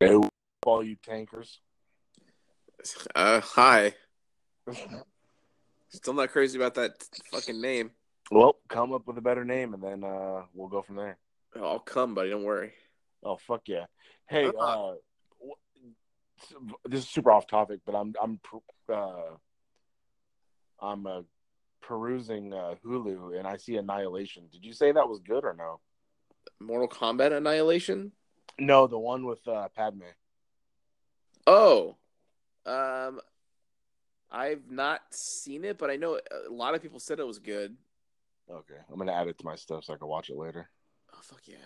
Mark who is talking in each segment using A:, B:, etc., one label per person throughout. A: Hello, all you tankers.
B: Uh, hi. Still not crazy about that fucking name.
A: Well, come up with a better name, and then uh, we'll go from there.
B: Oh, I'll come, buddy. Don't worry.
A: Oh fuck yeah! Hey,
B: Uh-huh.
A: uh, wh- this is super off topic, but I'm I'm per- uh, I'm uh, perusing uh, Hulu, and I see Annihilation. Did you say that was good or no?
B: Mortal Kombat Annihilation.
A: No, the one with uh, Padme.
B: Oh, um, I've not seen it, but I know a lot of people said it was good.
A: Okay, I'm gonna add it to my stuff so I can watch it later.
B: Oh fuck yeah!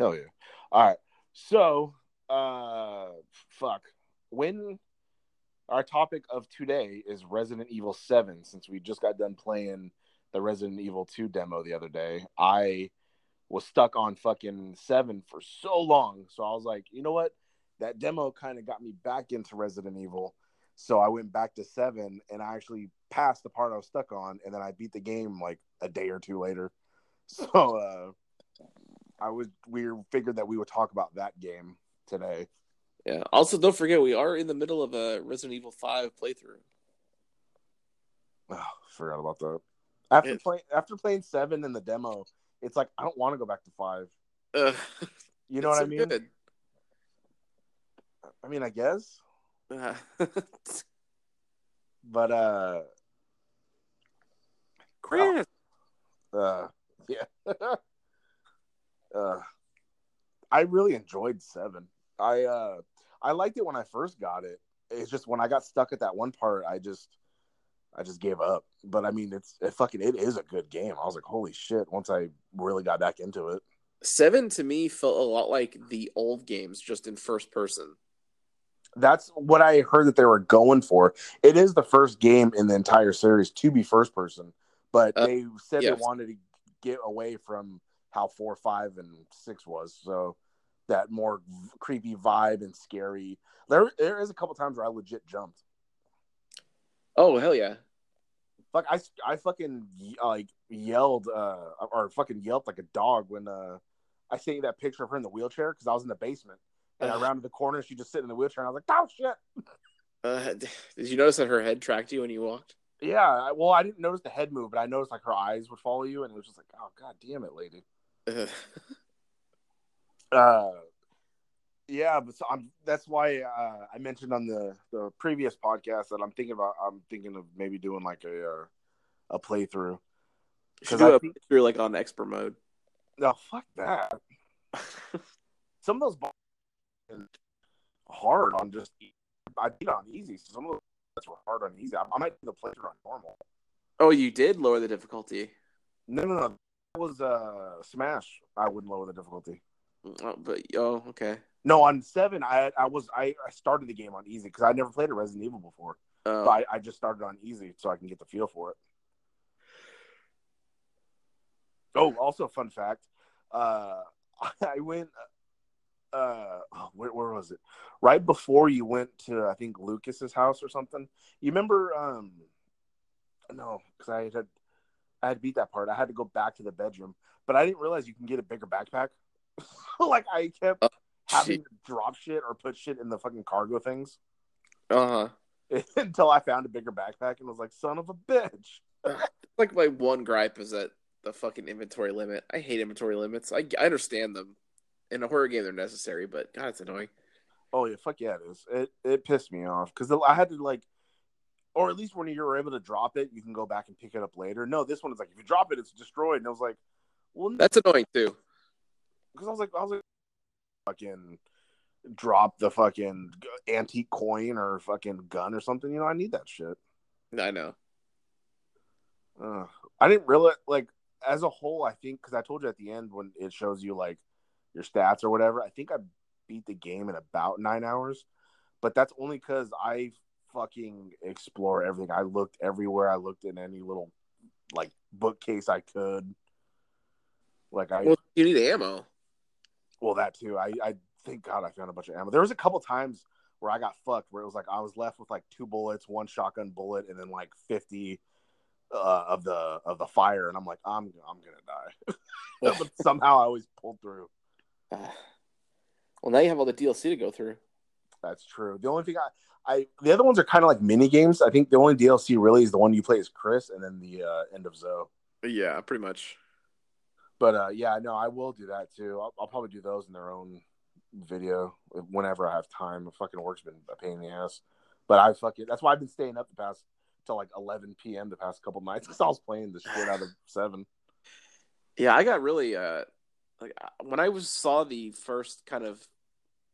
A: Hell yeah. All right. So, uh, fuck. When our topic of today is Resident Evil 7, since we just got done playing the Resident Evil 2 demo the other day, I was stuck on fucking 7 for so long. So I was like, you know what? That demo kind of got me back into Resident Evil. So I went back to 7 and I actually passed the part I was stuck on. And then I beat the game like a day or two later. So, uh, I was we figured that we would talk about that game today.
B: Yeah. Also, don't forget we are in the middle of a Resident Evil Five playthrough.
A: Oh, forgot about that. After
B: Yeah.
A: playing after playing seven in the demo, it's like I don't want to go back to five.
B: Ugh.
A: You know
B: It's
A: what I
B: so
A: mean?
B: good.
A: I mean, I guess,
B: Uh,
A: but uh,
B: Chris.
A: uh yeah. uh, I really enjoyed seven. I uh, I liked it when I first got it. It's just when I got stuck at that one part, I just I just gave up. But I mean, it's it fucking it is a good game. I was like, holy shit! Once I really got back into it.
B: Seven to me felt a lot like the old games, just in first person.
A: That's what I heard that they were going for. It is the first game in the entire series to be first person, but
B: Uh,
A: they said
B: yes.
A: they wanted to get away from how four, five, and six was. So that more v- creepy vibe and scary. There, there is a couple times where I legit jumped.
B: Oh hell yeah!
A: Fuck, I, I fucking ye- like yelled uh, or fucking yelped like a dog when uh, I sent you that picture of her in the wheelchair because I was in the basement and I
B: Ugh.
A: rounded the corner. She just sitting in the wheelchair, and I was like, "Oh shit."
B: Uh, did you notice that her head tracked you when you walked?
A: Yeah, I, well, I didn't notice the head move, but I noticed like her eyes would follow you, and it was just like, oh god damn it, lady.
B: Ugh.
A: Uh, yeah, but so I'm, that's why uh, I mentioned on the the previous podcast that I'm thinking about. I'm thinking of maybe doing like a uh, a playthrough.
B: You should
A: 'Cause I
B: do a
A: think-
B: playthrough like on expert mode.
A: No, fuck that. Some of those bosses are hard on just. I beat on easy. So some of those bosses were hard on easy. I, I might do the playthrough on normal.
B: Oh, you did lower the difficulty,
A: No, no, no. That was uh, Smash. I wouldn't lower the difficulty.
B: oh, but oh, okay.
A: No, on seven, I I was I, I started the game on easy because I never played a Resident Evil before,
B: Oh.
A: but I, I just started on easy so I can get the feel for it. Oh, also fun fact, uh, I went, uh, oh, where where was it? Right before you went to I think Lucas's house or something. You remember? Um, no, because I had I had beat that part. I had to go back to the bedroom, but I didn't realize you can get a bigger backpack. like I kept having to drop shit or put shit in the fucking cargo things
B: Uh
A: until I found a bigger backpack and was like, son of a bitch.
B: huh. like my one gripe is that the fucking inventory limit. I hate inventory limits. I, I understand them. In a horror game, they're necessary, but God, it's annoying.
A: Oh yeah, fuck yeah, it is. It it pissed me off because I had to like, or at least when you were able to drop it, you can go back and pick it up later. No, this one is like if you drop it, it's destroyed. And I was like, well,
B: That's annoying too.
A: because I was like, I was like, fucking drop the fucking antique coin or fucking gun or something. You know, I need that shit.
B: I know.
A: Uh, I didn't realize, like, as a whole, I think because I told you at the end when it shows you like your stats or whatever. I think I beat the game in about nine hours, but that's only because I fucking explore everything. I looked everywhere. I looked in any little like bookcase I could. Like I
B: Well, you need ammo.
A: well, that too. I, I thank God I found a bunch of ammo. There was a couple times where I got fucked, where it was like I was left with like two bullets, one shotgun bullet, and then like fifty uh, of the of the fire, and I'm like, I'm I'm gonna die. but somehow I always pulled through.
B: Ah. Well, now you have all the DLC to go through.
A: That's true. The only thing I, I the other ones are kind of like mini games. I think the only DLC really is the one you play as Chris, and then the uh, end of Zoe.
B: Yeah, pretty much.
A: But uh, yeah, no, I will do that too. I'll, I'll probably do those in their own video whenever I have time. The fucking work's been a pain in the ass, but I fucking that's why I've been staying up the past till like 11 p.m. the past couple nights because I was playing the shit out of seven.
B: Yeah, I got really uh like I- when I was saw the first kind of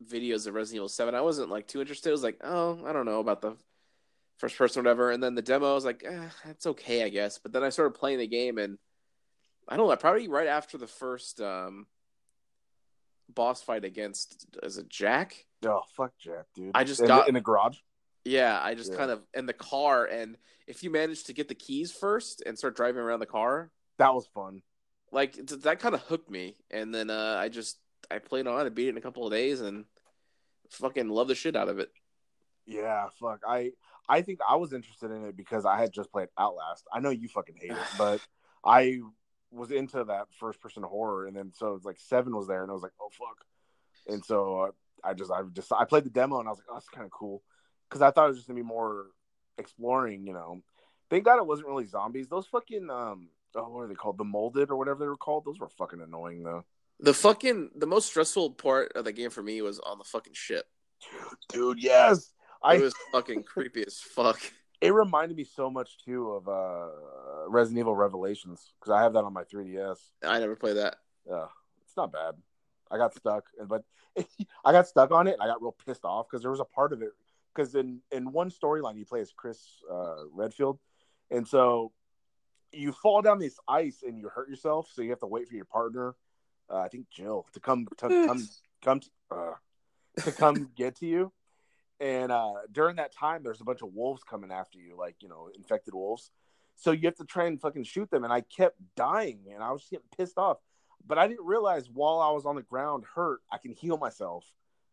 B: videos of Resident Evil Seven, I wasn't like too interested. I was like, oh, I don't know about the first person or whatever. And then the demo, I was like, eh, it's okay, I guess. But then I started playing the game, and I don't know, probably right after the first um boss fight against is it Jack?
A: Oh fuck, Jack, dude!
B: I just
A: in,
B: got-
A: in the garage.
B: Yeah, I just
A: Yeah.
B: kind of in the car, and if you manage to get the keys first and start driving around the car,
A: That was fun.
B: like th- that kind of hooked me and then uh, i just i played on and beat it in a couple of days and fucking love the shit out of it
A: Yeah, fuck. I I think I was interested in it because I had just played Outlast. I know you fucking hate it, but I was into that first person horror, and then so it's like Seven was there, and I was like, oh fuck. And so uh, I just I just I played the demo, and I was like, oh, that's kind of cool, because I thought it was just gonna be more exploring, you know. Thank God it wasn't really zombies. Those fucking um, oh, what are they called? The molded or whatever they were called. Those were fucking annoying though.
B: the fucking the most stressful part of the game for me was on the fucking ship
A: Dude, yes. I
B: it was fucking creepy as fuck
A: it reminded me so much too of uh Resident Evil Revelations because I have that on my 3DS.
B: i never played that
A: Uh, it's not bad. I got stuck, but I got stuck on it. And I got real pissed off because there was a part of it because in in one storyline you play as Chris uh, Redfield, and so you fall down this ice and you hurt yourself, so you have to wait for your partner. Uh, I think Jill to come to come come to, uh, to come get to you. And uh, during that time, there's a bunch of wolves coming after you, like you know, infected wolves. So you have to try and fucking shoot them. And I kept dying, and I was just getting pissed off. But I didn't realize while I was on the ground, hurt, I can heal myself.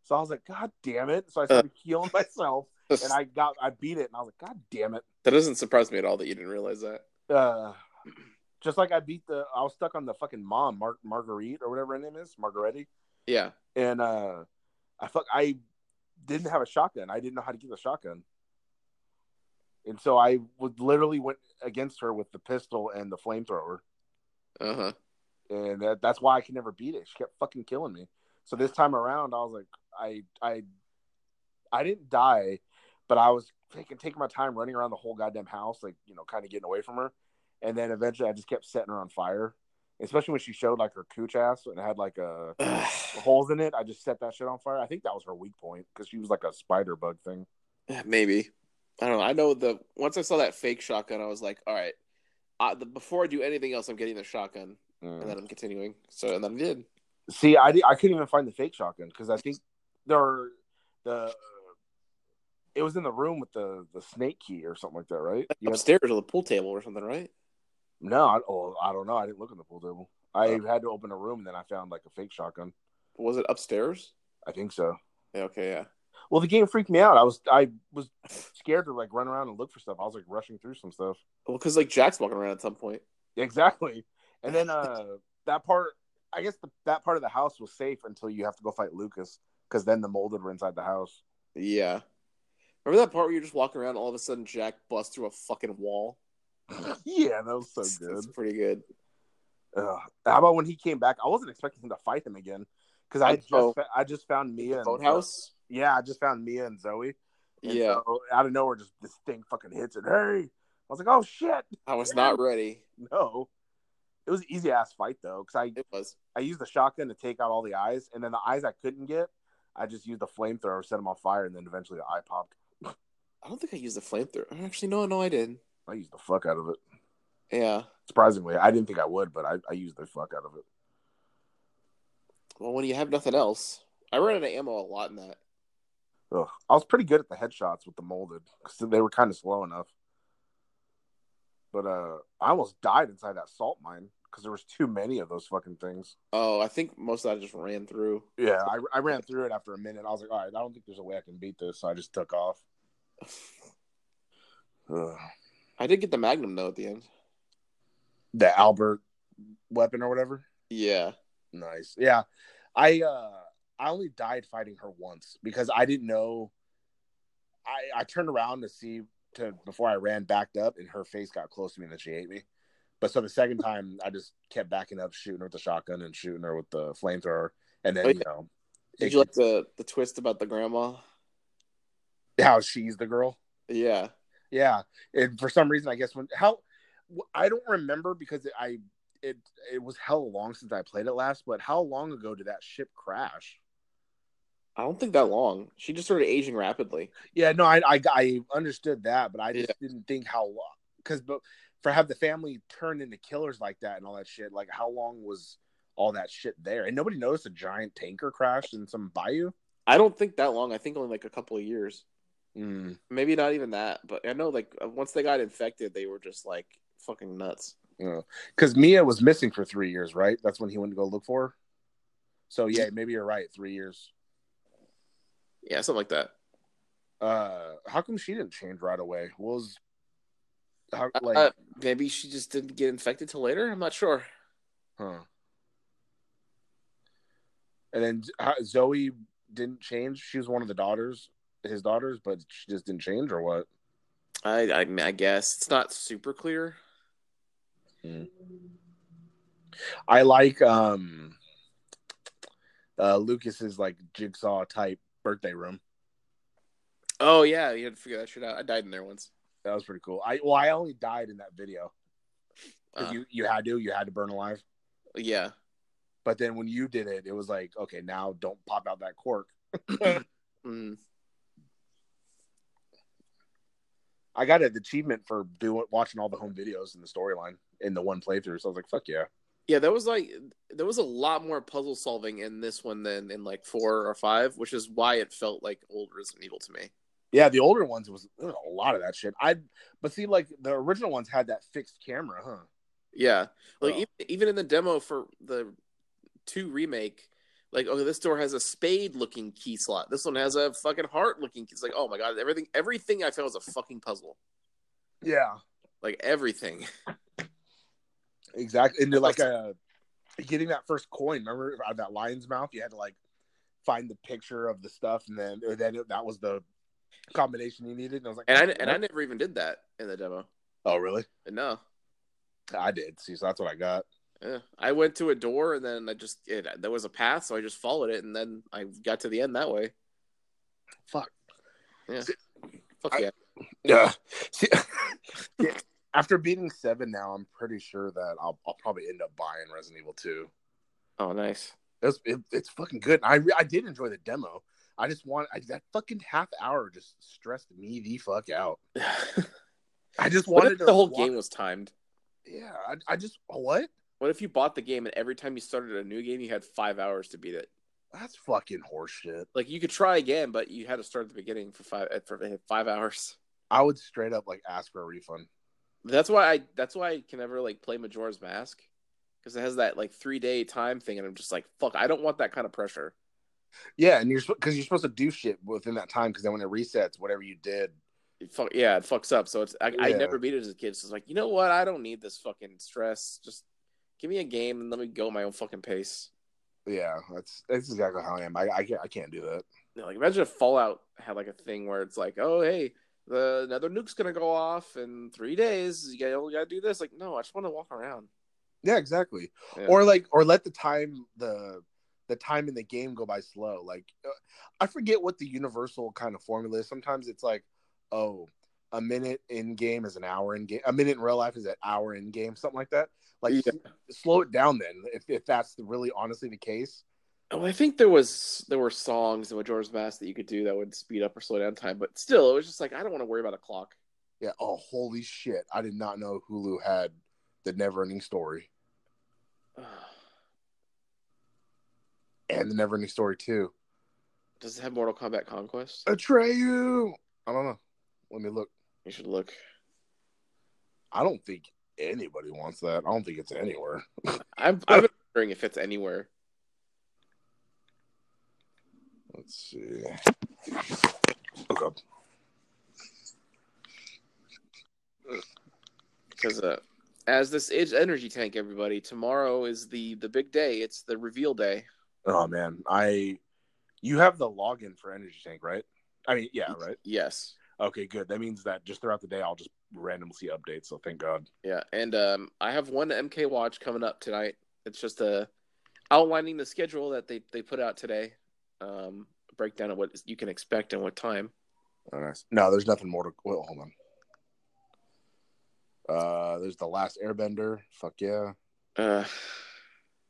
A: So I was like, God damn it! So I started healing myself, and I got, I beat it, and I was like, God damn it!
B: that doesn't surprise me at all that you didn't realize that
A: Uh, just like I beat the, I was stuck on the fucking mom, Mar- Marguerite or whatever her name is, Margaretti.
B: yeah
A: and uh I fuck I didn't have a shotgun. I didn't know how to get the shotgun. And so I would literally went against her with the pistol and the flamethrower.
B: uh-huh
A: And that, that's why I could never beat it. She kept fucking killing me. So this time around I was like I I I didn't die, but I was taking taking my time running around the whole goddamn house, like, you know, kinda getting away from her. And then eventually I just kept setting her on fire. Especially when she showed like her cooch ass and had like a holes in it. I just set that shit on fire. I think that was her weak point because she was like a spider bug thing.
B: maybe i don't know i know the once i saw that fake shotgun i was like all right I, the, before i do anything else i'm getting the shotgun and then i'm continuing so and then i did
A: Mm. See, I, di- I couldn't even find the fake shotgun because I think there are the it was in the room with the the snake key or something like that, right? You had-
B: upstairs or the pool table or something right
A: no, I, oh, I don't know. I didn't look in the pool table. I
B: Oh.
A: had to open a room and then I found like a fake shotgun.
B: was it upstairs?
A: I think so.
B: Yeah, okay, yeah.
A: Well, the game freaked me out. I was I was scared to like run around and look for stuff. I was like rushing through some stuff.
B: Well, because like Jack's walking around at some point.
A: Exactly. And then uh that part I guess the, that part of the house was safe until you have to go fight Lucas cuz then the molded were inside the house.
B: Yeah. Remember that part where you're just walking around, and all of a sudden Jack busts through a fucking wall?
A: yeah, that was so
B: That's- That's
A: good.
B: pretty good.
A: Ugh. How about when he came back? I wasn't expecting him to fight him again cuz I
B: I
A: just
B: know.
A: fa- I just found Mia and
B: Boathouse.
A: Yeah, I just found Mia and Zoe. And uh,
B: Yeah,
A: so, out of nowhere just this thing fucking hits it. Hey. I was like, "Oh shit."
B: I was not ready.
A: No. It was an easy ass fight though cuz I
B: It was.
A: I used the shotgun to take out all the eyes, and then the eyes I couldn't get, I just used the flamethrower, set them on fire, and then eventually the eye popped.
B: I don't think I used the flamethrower. Actually, no, no, I did.
A: I used the fuck out of it.
B: Yeah.
A: Surprisingly, I didn't think I would, but I, I used the fuck out of it.
B: Well, when you have nothing else, I ran out of ammo a lot in that.
A: Ugh. I was pretty good at the headshots with the molded because they were kind of slow enough. But uh, I almost died inside that salt mine because there was too many of those fucking things.
B: Oh, I think most of that I just ran through.
A: Yeah, I, I ran through it after a minute. I was like, all right, I don't think there's a way I can beat this, so I just took off. Ugh.
B: I did get the magnum though at the end.
A: The Albert weapon or whatever.
B: Yeah.
A: Nice. Yeah. I uh I only died fighting her once because I didn't know. I I turned around to see to before I ran backed up, and her face got close to me, and then she ate me. But so the second time, I just kept backing up, shooting her with the shotgun and shooting her with the flamethrower, and then
B: Oh, yeah.
A: you know,
B: Did
A: it-
B: you like the the twist about the grandma?
A: how she's the girl.
B: Yeah.
A: Yeah, and for some reason, I guess when how wh- I don't remember because it, I it it was hell long since I played it last. But how long ago did that ship crash?
B: I don't think that long. She just started aging rapidly.
A: Yeah, no, I I, I understood that, but I just
B: Yeah.
A: didn't think how long because but for have the family turned into killers like that and all that shit. Like how long was all that shit there? And nobody noticed a giant tanker crashed in some bayou.
B: I don't think that long. I think only like a couple of years.
A: Mm.
B: Maybe not even that, but I know like uh, once they got infected, they were just like fucking nuts.
A: Because Mia was missing for three years, right? That's when he went to go look for her. So yeah, maybe you're right. Three years.
B: Yeah, something like that.
A: Uh, how come she didn't change right away? What was how, like?
B: uh, maybe she just didn't get infected till later. I'm not sure.
A: Huh. And then uh, Zoe didn't change. She was one of the daughters, his daughters, but she just didn't change or what?
B: I I, mean, I guess it's not super clear.
A: I like um uh Lucas's like jigsaw type birthday room.
B: Oh yeah, you had to figure that shit out. I died in there once.
A: That was pretty cool. I well, I only died in that video. 'Cause
B: Uh,
A: you you had to you had to burn alive.
B: yeah,
A: But then when you did it, it was like okay, now don't pop out that cork.
B: Mm.
A: I got an achievement for doing watching all the home videos in the storyline in the one playthrough. So I was like, fuck yeah.
B: yeah. There was like there was a lot more puzzle solving in this one than in like four or five, which is why it felt like old Resident Evil to me.
A: Yeah, the older ones was, there was a lot of that shit. I but see, like the original ones had that fixed camera, huh?
B: Yeah, like
A: Oh.
B: even, even in the demo for the two remake, like okay, this door has a spade looking key slot. This one has a fucking heart looking. It's like oh my god, everything everything I found was a fucking puzzle.
A: Yeah,
B: Like everything.
A: exactly. And they're like uh, getting that first coin. Remember out of that lion's mouth? You had to like find the picture of the stuff, and then or then that was the combination you needed. And I was like,
B: And I and I never even did that in the demo.
A: oh really?
B: No,
A: I did. See, so that's what I got.
B: yeah. I went to a door and then I just it, there was a path, so I just followed it and then I got to the end that way.
A: Fuck.
B: Fuck
A: I-
B: yeah,
A: Yeah. See, yeah. After beating seven, now I'm pretty sure that I'll, I'll probably end up buying Resident Evil Two.
B: oh nice.
A: It was, it, it's fucking good. I re- I did enjoy the demo. I just want I, that fucking half hour just stressed me the fuck out. I just
B: what
A: wanted
B: if
A: to
B: the whole
A: wa-
B: game was timed?
A: Yeah, I, I just what?
B: What if you bought the game and every time you started a new game, you had five hours to beat it?
A: That's fucking horseshit.
B: like you could try again, but you had to start at the beginning for five eh, for five hours.
A: I would straight up like ask for a refund.
B: That's why I that's why I can never like play Majora's Mask because it has that like three day time thing, and I'm just like, fuck, I don't want that kind of pressure.
A: Yeah, and you're because you're supposed to do shit within that time because then when it resets, whatever you did.
B: It fuck, yeah, it fucks up. So it's I, I
A: Yeah.
B: never beat it as a kid. So it's like, you know what? I don't need this fucking stress. Just give me a game and let me go my own fucking pace.
A: Yeah, that's that's exactly how I am. I I can't, I can't do that.
B: You know, like imagine if Fallout had like a thing where it's like, oh hey, the another nuke's gonna go off in three days. You gotta, you gotta do this. Like, no, I just want to walk around.
A: Yeah, exactly.
B: Yeah.
A: or like or let the time the the time in the game go by slow like uh, i forget what the universal kind of formula is sometimes it's like oh a minute in game is an hour in game a minute in real life is an hour in game something like that like
B: Yeah.
A: s- slow it down then if, if that's really honestly the case
B: Well, Oh, I think there was there were songs in Majora's Mask that you could do that would speed up or slow down time, but still, it was just like I don't want to worry about a clock.
A: yeah oh holy shit i did not know hulu had the never ending story and the never ending story too
B: Does it have Mortal Kombat Conquest?
A: atreyu i don't know let me look
B: You should look.
A: i don't think anybody wants that i don't think it's anywhere
B: I'm I've been wondering if it's anywhere.
A: Let's see. Okay.
B: because uh, as this is energy tank everybody tomorrow is the the big day it's the reveal day
A: Oh man, I You have the login for Energy Tank, right? I mean, yeah, right.
B: Yes.
A: Okay, good. That means that just throughout the day, I'll just randomly see updates. So thank God.
B: Yeah, and um, I have one MK watch coming up tonight. It's just a outlining the schedule that they they put out today. Um, a breakdown of what you can expect and what time.
A: Oh, nice. No, there's nothing more to. Well, hold on. Uh, there's the Last Airbender. Fuck yeah.
B: Uh,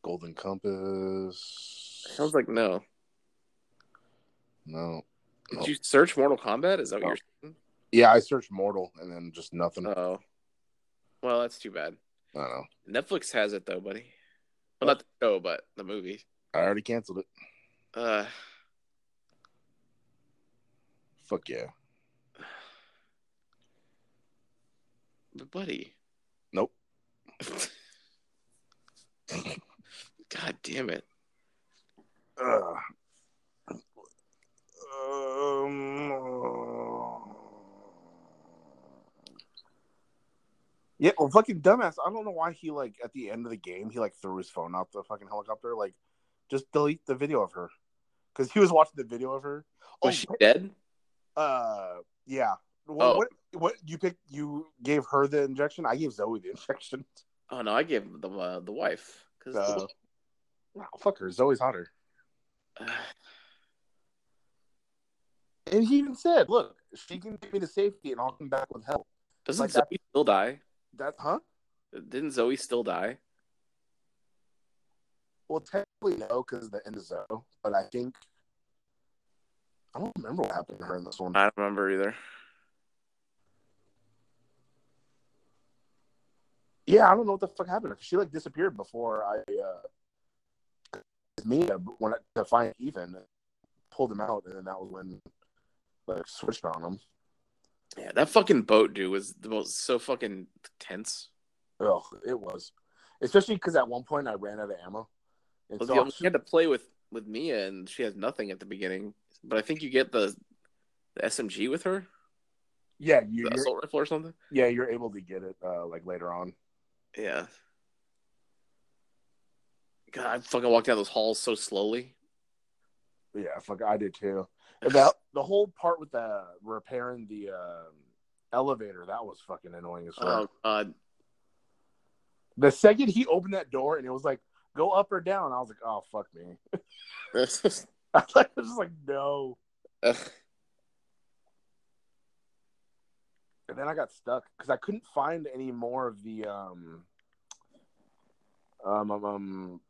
A: Golden Compass.
B: sounds like no.
A: no.
B: Did you search Mortal Kombat? Is that what you're?
A: Yeah, I searched Mortal and then just nothing.
B: saying? Oh, well, that's too bad.
A: I don't know.
B: Netflix has it though, buddy. Well, not the show, but the movie.
A: I already canceled it.
B: Uh,
A: Fuck yeah.
B: but buddy.
A: Nope.
B: God damn it!
A: Ugh. Um, yeah, well, fucking dumbass. I don't know why he like at the end of the game he like threw his phone out the fucking helicopter. Like, just delete the video of her because he was watching the video of her. Oh,
B: Was she dead?
A: uh, yeah. What,
B: Oh.
A: what? What? You picked? You gave her the injection. I gave Zoe the injection.
B: Oh no, I gave him the uh, the wife. 'Cause
A: Uh, no, fuck her. Zoe's hotter. And he even said, "Look, she can get me to safety, and I'll come back with help."
B: doesn't
A: like
B: Zoe
A: that-
B: still die?
A: That, huh?
B: Didn't Zoe still die?
A: Well, technically no, because the end is Zoe. But I think I don't remember what happened to her in this one.
B: I don't remember either.
A: yeah, I don't know what the fuck happened. to her. She like disappeared before I. uh it's me uh, when I, to find Ethan, pulled him out, and then that was when like switched on him.
B: Yeah, that fucking boat dude was the most so fucking tense.
A: Oh, it was, especially because at one point I ran out of ammo. And
B: Well,
A: so
B: the
A: I
B: only- she had to play with with Mia, and she has nothing at the beginning. But I think you get the the SMG with her,
A: yeah, you,
B: the
A: you're,
B: assault rifle or something.
A: yeah, you're able to get it uh, like later on.
B: Yeah. God, I fucking walked down those halls so slowly.
A: Yeah, fuck, I did too. About the whole part with the repairing the um, elevator, that was fucking annoying as well.
B: Oh god,
A: The second he opened that door and it was like go up or down, I was like, oh fuck me.
B: Uh,
A: I was just like, no. And then I got stuck because I couldn't find any more of the um, um, um, um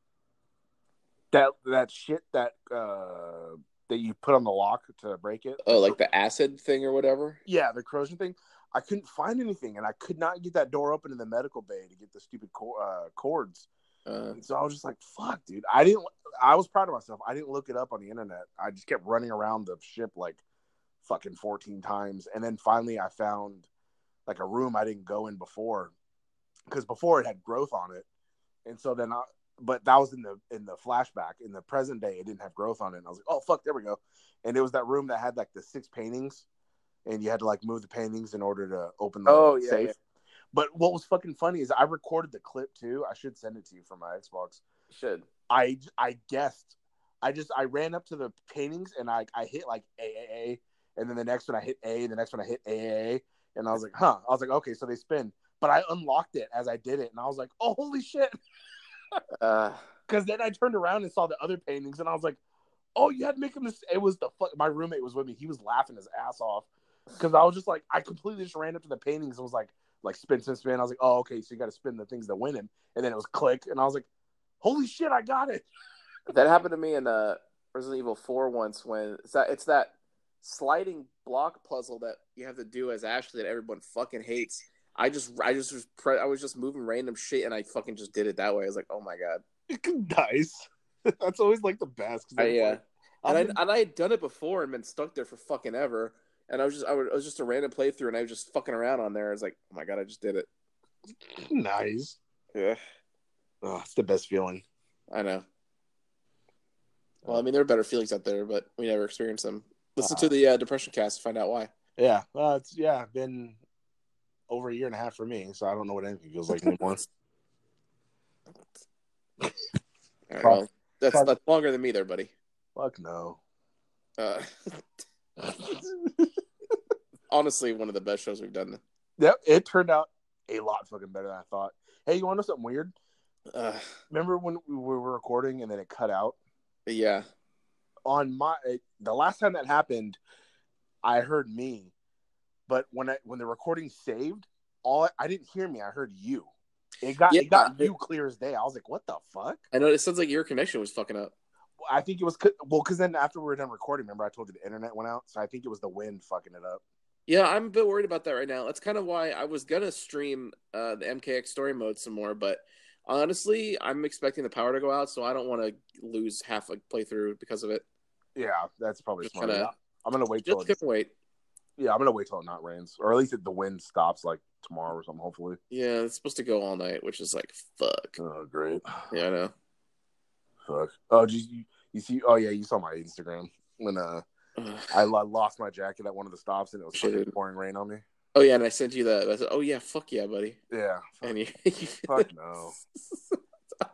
A: that that shit that uh that you put on the lock to break it.
B: oh, like the acid thing or whatever.
A: Yeah, the corrosion thing. I couldn't find anything, and I could not get that door open in the medical bay to get the stupid co- uh, cords.
B: Uh,
A: And so I was just like, "Fuck, dude!" I didn't. I was proud of myself. I didn't look it up on the internet. I just kept running around the ship like fucking fourteen times, and then finally I found like a room I didn't go in before because before it had growth on it, and so then I. But that was in the in the flashback. In the present day, it didn't have growth on it. And I was like, "Oh fuck, there we go." And it was that room that had like the six paintings, and you had to like move the paintings in order to open the
B: Oh, yeah,
A: safe.
B: yeah.
A: But what was fucking funny is I recorded the clip too. I should send it to you from my Xbox.
B: should.
A: I I guessed. I just I ran up to the paintings and I I hit like A A A, and then the next one I hit A, the next one I hit A A, A, and I was like, huh. I was like, okay, so they spin. But I unlocked it as I did it, and I was like, oh holy shit!
B: Uh,
A: Because then I turned around and saw the other paintings, and I was like, oh, you had to make a mistake. It was the fuck. My roommate was with me. He was laughing his ass off because I was just like, I completely just ran up to the paintings and was like, like spin, spin, spin. I was like, oh, okay, so you got to spin the things that win him, and then it was click, and I was like, holy shit, I got it.
B: That happened to me in uh, Resident Evil Four once when it's that it's that sliding block puzzle that you have to do as Ashley that everyone fucking hates. I just I just was pre- I was just moving random shit and I fucking just did it that way. I was like, oh my god,
A: Nice. That's always like the best. 'cause
B: I,
A: I'm
B: yeah.
A: like, I'm
B: And
A: gonna-
B: I and I had done it before and been stuck there for fucking ever. And I was just I, would, it was just a random playthrough and I was just fucking around on there. I was like, oh my god, I just did it.
A: nice.
B: Yeah,
A: Oh, it's the best feeling.
B: I know. Well, I mean, there are better feelings out there, but we never experienced them. Listen to the uh, depression cast to find out why.
A: Yeah. Uh, it's yeah, been over a year and a half for me, so I don't know what anything feels like anymore.
B: All right,
A: Fuck.
B: well, that's
A: Fuck.
B: that's longer than me there, buddy.
A: Fuck no.
B: Uh, honestly, one of the best shows we've done.
A: Yep, it turned out a lot fucking better than I thought. Hey, you want to know something weird?
B: Uh,
A: Remember when we were recording and then it cut out?
B: yeah.
A: On my the last time that happened, I heard me, but when I when the recording saved, all I didn't hear me. I heard you. It got
B: Yeah.
A: it got you clear as day. I was like, what the fuck?
B: I know it sounds like your connection was fucking up.
A: I think it was c- well because then after we were done recording, remember I told you the internet went out, so I think it was the wind fucking it up.
B: Yeah, I'm a bit worried about that right now. That's kind of why I was gonna stream uh, the MKX story mode some more, but honestly, I'm expecting the power to go out, so I don't want to lose half a playthrough because of it.
A: Yeah, that's probably
B: Just
A: smart.
B: kinda-
A: Yeah. I'm gonna wait till
B: Just
A: it,
B: couldn't wait.
A: yeah, I'm gonna wait till it not rains, or at least if the wind stops like tomorrow or something. Hopefully.
B: Yeah, it's supposed to go all night, which is like fuck.
A: Oh great.
B: Yeah, I know.
A: Fuck. Oh, geez, you you see? Oh yeah, you saw my Instagram when uh
B: Ugh.
A: I lo- lost my jacket at one of the stops and it was fucking
B: Dude.
A: pouring rain on me.
B: Oh yeah, and I sent you that. I said, oh yeah, fuck yeah, buddy.
A: Yeah.
B: And you, Oh,
A: Fuck no.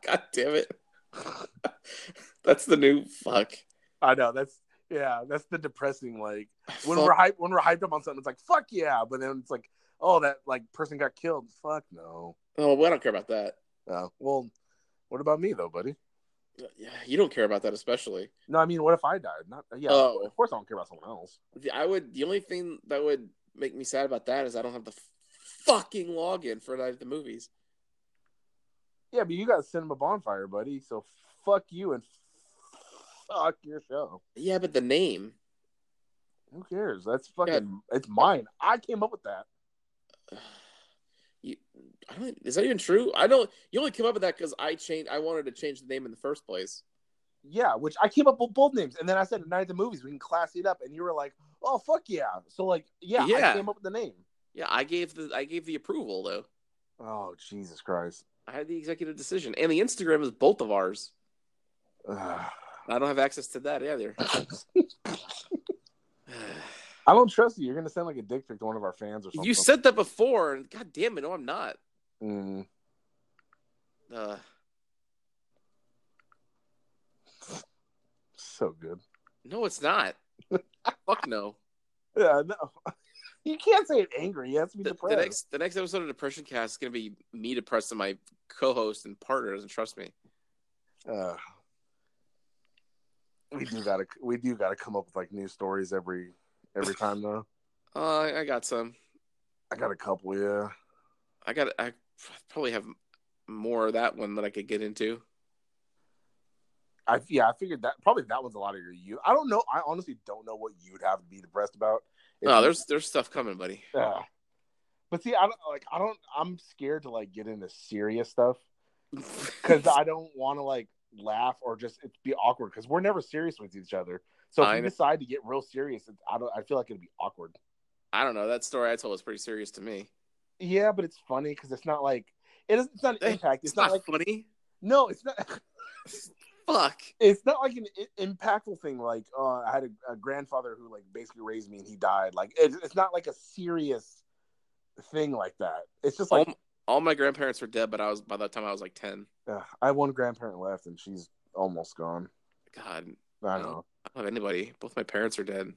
B: God damn it. That's the new fuck.
A: I know that's yeah that's the depressing like when
B: Fuck.
A: we're hyped when we're hyped up on something it's like fuck yeah but then it's like oh that like person got killed fuck no
B: Oh, well, I don't care about that.
A: uh, well what about me though buddy
B: Yeah, you don't care about that especially.
A: no I mean what if I died not yeah
B: Oh.
A: of course I don't care about someone else
B: The, I would. The only thing that would make me sad about that is I don't have the fucking login for Night at the Movies.
A: yeah but you got cinema bonfire buddy so fuck you and fuck your show
B: Yeah, but the name.
A: who cares that's fucking it's mine I came up with that
B: You, I don't. Is that even true? I don't. You only came up with that because I changed. I wanted to change the name in the first place.
A: Yeah, which I came up with both names, and then I said Night at the Movies. We can class it up, and you were like, "Oh fuck yeah!" So like, yeah,
B: Yeah.
A: I came up with the name.
B: Yeah, I gave the I gave the approval though.
A: Oh Jesus Christ!
B: I had the executive decision, and the Instagram is both of ours.
A: Ugh.
B: I don't have access to that either.
A: I don't trust you. You're gonna send like a dick pic to one of our fans or something.
B: you said that before, and god damn it, no, I'm not.
A: Mm.
B: Uh,
A: so good.
B: no, it's not. Fuck no.
A: Yeah, no, you can't say it angry. You have to be
B: The, the
A: depressed.
B: next the next episode of Depression Cast is gonna be me depressed and my co-host and partner doesn't trust me.
A: Ugh. uh, we do gotta we do gotta come up with like new stories every every time though.
B: Uh, I got some.
A: I got a couple. Yeah.
B: I got. I probably have more of that one that I could get into.
A: I yeah, I figured that probably that one's a lot of your you. I don't know. I honestly don't know what you'd have to be depressed about. If
B: No,
A: you-
B: Oh, there's there's stuff coming, buddy.
A: Yeah. but see, I don't like. I don't. I'm scared to like get into serious stuff because I don't want to like laugh or just it be awkward because we're never serious with each other. So if
B: I
A: we
B: know.
A: decide to get real serious, it's, I don't. I feel like it'd be awkward.
B: I don't know. That story I told was pretty serious to me.
A: Yeah, but it's funny because it's not like it is. It's not an impact. It's, not, like
B: funny.
A: no. It's not.
B: Fuck.
A: It's not like an i- impactful thing. Like uh, I had a, a grandfather who like basically raised me and he died. Like it's, it's not like a serious thing like that. It's just like.
B: all, Oh m- all my grandparents were dead, but I was by that time I was like ten.
A: Ugh, I have one grandparent left, and she's almost gone.
B: God,
A: I
B: Mhm.
A: know.
B: I don't have anybody. Both my parents are dead.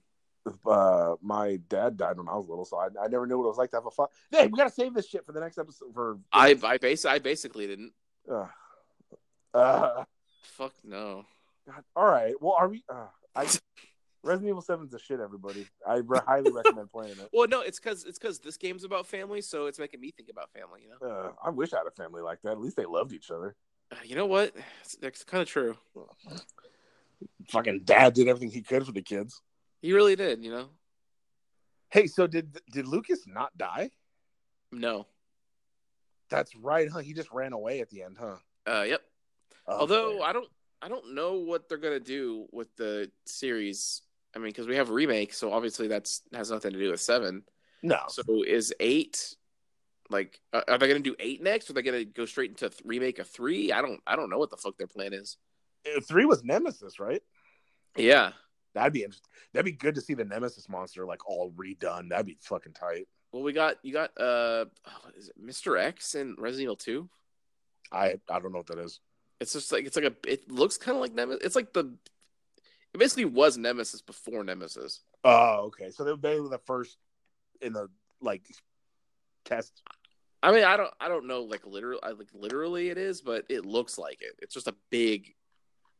A: Uh, my dad died when I was little, so I, I never knew what it was like to have a fun. Hey, we gotta save this shit for the next episode. For
B: I I bas- I basically didn't.
A: Ugh. uh,
B: Fuck no.
A: God. All right. Well, are we? Uh, I Resident Evil Seven's a shit. Everybody, I re- highly recommend playing it.
B: Well, no, it's because it's because this game's about family, so it's making me think about family. You know.
A: Uh, I wish I had a family like that. At least they loved each other.
B: Uh, you know what? It's, it's kind of true.
A: Fucking dad did everything he could for the kids.
B: You really did. You know.
A: Hey, so did did Lucas not die?
B: No.
A: That's right, huh? He just ran away at the end, huh?
B: Uh. Yep.
A: Oh,
B: Although
A: damn.
B: I don't I don't know what they're gonna do with the series. I mean, because we have a remake, so obviously that's has nothing to do with seven.
A: no,
B: So is eight like uh, are are they going to do eight next? Or are they going to go straight into th- remake of three? I don't I don't know what the fuck their plan is.
A: Uh, three was Nemesis, right?
B: Yeah.
A: That'd be interesting. That'd be good to see the Nemesis monster like all redone. That'd be fucking tight.
B: Well, we got you got uh what is it Mr. X in Resident Evil Two.
A: I I don't know what that is.
B: It's just like it's like a it looks kind of like Nemesis. It's like the It basically was Nemesis before Nemesis.
A: Oh, okay. So they they were the first in the like test.
B: I mean, I don't, I don't know, like literally, like literally, it is, but it looks like it. It's just a big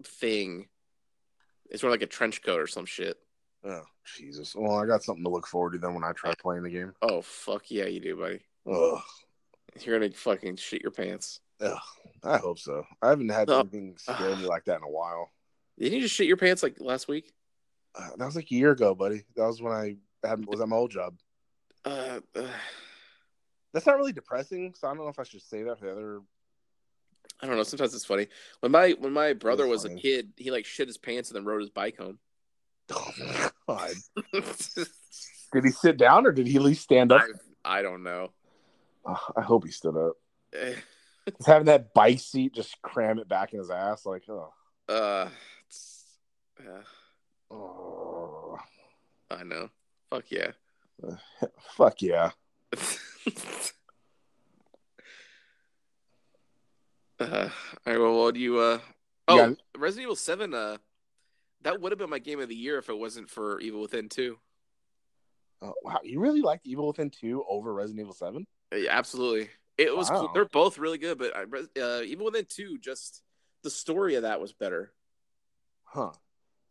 B: thing. It's more like a trench coat or some shit.
A: Oh, Jesus. Well, I got something to look forward to then when I try playing the game.
B: Oh fuck yeah, you do, buddy.
A: Ugh.
B: You're gonna fucking shit your pants.
A: Ugh. I hope so. I haven't had
B: No.
A: anything scare me like that in a while.
B: Didn't you just shit your pants like last week?
A: Uh, that was like a year ago, buddy. That was when I had was at my old job.
B: Uh, uh
A: That's not really depressing, so I don't know if I should say that for the other.
B: I don't know. Sometimes it's funny. When my when my brother
A: is
B: was a
A: funny.
B: kid, he like shit his pants and then rode his bike home.
A: Oh my god!
B: I,
A: Did he sit down or did he at least stand up?
B: I don't know.
A: Uh, I hope he stood up.
B: Eh,
A: Just having that bike seat just cram it back in his ass, like oh,
B: Uh, it's- uh,
A: oh.
B: I know. Fuck yeah.
A: fuck yeah.
B: uh, all right. Well, what do you? Uh, oh,
A: Yeah.
B: Resident Evil Seven. Uh, that would have been my game of the year if it wasn't for Evil Within Two.
A: Oh, wow, you really liked Evil Within Two over Resident Evil Seven?
B: Yeah, absolutely. It was
A: Wow.
B: cool. They're both really good, but I, Res- uh, Evil Within Two, just the story of that was better.
A: Huh.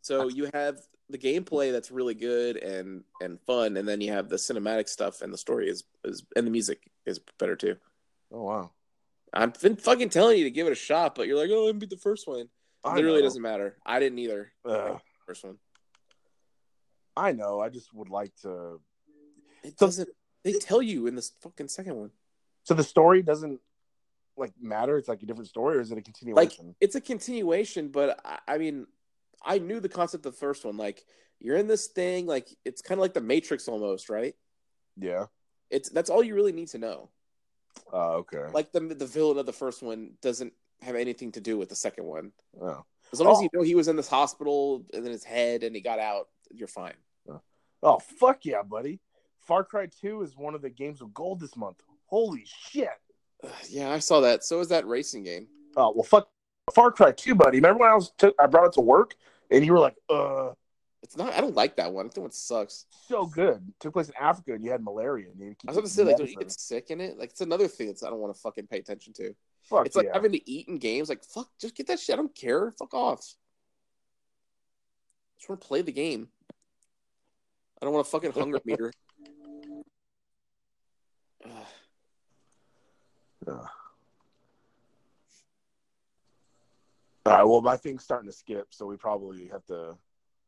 B: So you have the gameplay that's really good and and fun, and then you have the cinematic stuff, and the story is is and the music is better too.
A: Oh wow.
B: I've been fucking telling you to give it a shot, but you're like, oh, I didn't beat the first one.
A: I
B: Literally
A: know.
B: doesn't matter. I didn't either.
A: Ugh,
B: First one.
A: I know. I just would like to.
B: It
A: So-
B: doesn't. They tell you in this fucking second one.
A: So the story doesn't like matter. It's like a different story, or is it a continuation?
B: it's a continuation, but I, I mean, I knew the concept of the first one. Like you're in this thing, like it's kind of like the Matrix almost, right?
A: yeah.
B: It's that's all you really need to know.
A: Oh, okay.
B: Like the the villain of the first one doesn't have anything to do with the second one.
A: oh.
B: As long as you know he was in this hospital and then his head and he got out, you're fine.
A: oh, fuck yeah, buddy! Far Cry Two is one of the games of gold this month. Holy shit!
B: Ugh, yeah, I saw that. So is that racing game.
A: Oh well, fuck Far Cry Two, buddy. Remember when I was took I brought it to work, and you were like, uh.
B: It's not. I don't like that one. I think one sucks.
A: So good. Took place in Africa, and you had malaria. And you had
B: I was about to say like, don't you
A: medicine.
B: get sick in it? Like it's another thing that's I don't want to fucking pay attention to.
A: Fuck
B: It's like
A: yeah.
B: having to eat in games. Like, fuck, just get that shit. I don't care. Fuck off. Just want to play the game. I don't want a fucking hunger meter. Ugh.
A: Ugh. All right. Well, my thing's starting to skip, so we probably have to.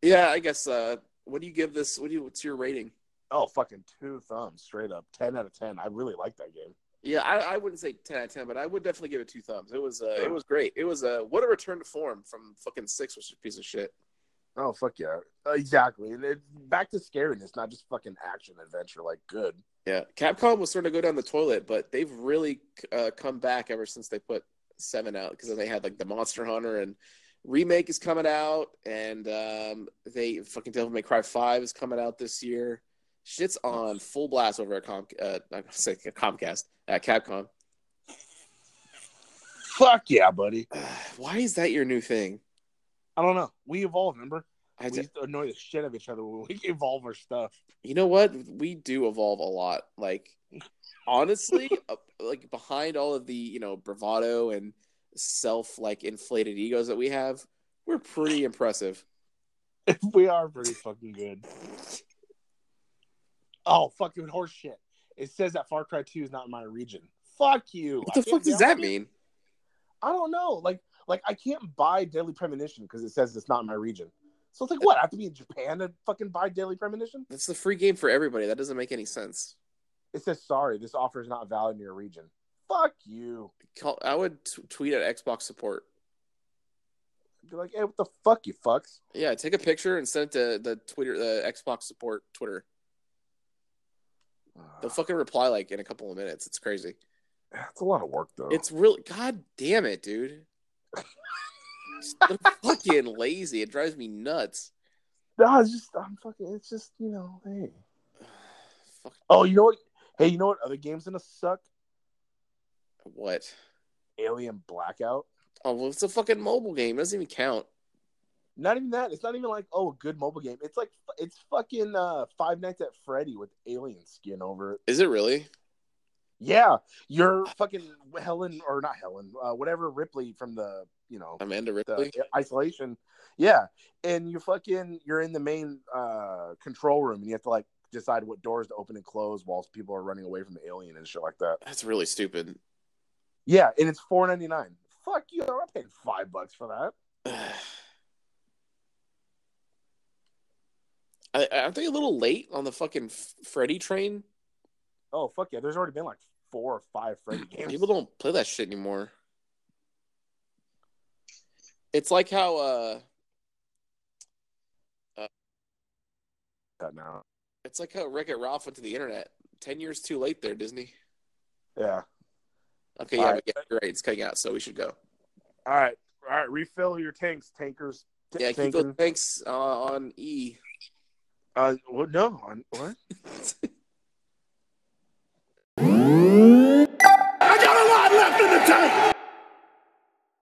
B: yeah, I guess. Uh, what do you give this? What do you? What's your rating?
A: Oh, fucking two thumbs straight up. Ten out of ten. I really like that game.
B: Yeah, I, I wouldn't say ten out of ten, but I would definitely give it two thumbs. It was uh,
A: Yeah.
B: it was great. It was uh, what a return to form from fucking six, which is a piece of shit.
A: Oh fuck yeah. Uh, exactly. And it's back to scariness, not just fucking action adventure. Like good.
B: Yeah, Capcom was starting to go down the toilet, but they've really uh, come back ever since they put Seven out because then they had like the Monster Hunter and remake is coming out, and um, they fucking Devil May Cry Five is coming out this year. Shit's on full blast over at Com- uh, I'm gonna say Comcast at Capcom.
A: Fuck yeah, buddy.
B: Why is that your new thing?
A: I don't know. We evolve. Remember,
B: I
A: we
B: d-
A: used to annoy the shit out of each other when we evolve our stuff.
B: you know what we do evolve a lot like honestly uh, like behind all of the you know bravado and self like inflated egos that we have we're pretty impressive
A: we are pretty fucking good. Oh fucking horse shit. It says that Far Cry Two is not in my region. Fuck you.
B: what
A: I
B: the
A: can't
B: fuck does
A: download
B: that
A: it.
B: mean
A: I don't know. Like like I can't buy Daily Premonition because it says it's not in my region. So it's like what? I have to be in Japan to fucking buy Daily Premonition?
B: that's the free game for everybody that doesn't make any sense
A: It says sorry, this offer is not valid in your region. Fuck you.
B: Call, i would t- tweet at xbox support
A: Be like, hey, what the fuck, you fucks?
B: yeah take a picture and send it to the twitter the xbox support twitter they'll
A: Ah.
B: fucking reply like in a couple of minutes it's crazy
A: That's a lot of work though.
B: It's real. God damn it, dude. I'm fucking lazy. It drives me nuts.
A: no, it's just I'm fucking it's just, you know, hey.
B: Fuck
A: Oh, you know what? Hey, you know what other game's gonna suck?
B: what?
A: Alien Blackout.
B: Oh, well, it's a fucking mobile game. It doesn't even count.
A: Not even that. It's not even like oh, a good mobile game. It's like it's fucking uh, Five Nights at Freddy with alien skin over it.
B: Is it really?
A: Yeah, you're fucking Helen or not Helen, uh, whatever Ripley from the you know
B: Amanda
A: the
B: Ripley?
A: isolation. Yeah, and you fucking you're in the main uh, control room, and you have to like decide what doors to open and close while people are running away from the alien and shit like that.
B: That's really stupid.
A: Yeah, and it's four ninety nine. Fuck you! I'm not paying five bucks for that.
B: I, aren't they a little late on the fucking F- Freddy train?
A: Oh fuck yeah! There's already been like four or five Freddy games.
B: People don't play that shit anymore. It's like how uh,
A: that now.
B: it's like how Wreck It Ralph went to the internet. Ten years too late there, Disney.
A: Yeah.
B: Okay,
A: All
B: yeah,
A: right.
B: but yeah, you're right. It's cutting out, so we should go.
A: All right. All right. Refill your tanks, tankers. T-
B: Yeah, keep
A: tanking.
B: those tanks uh, on E.
A: Uh, what? No. on- What?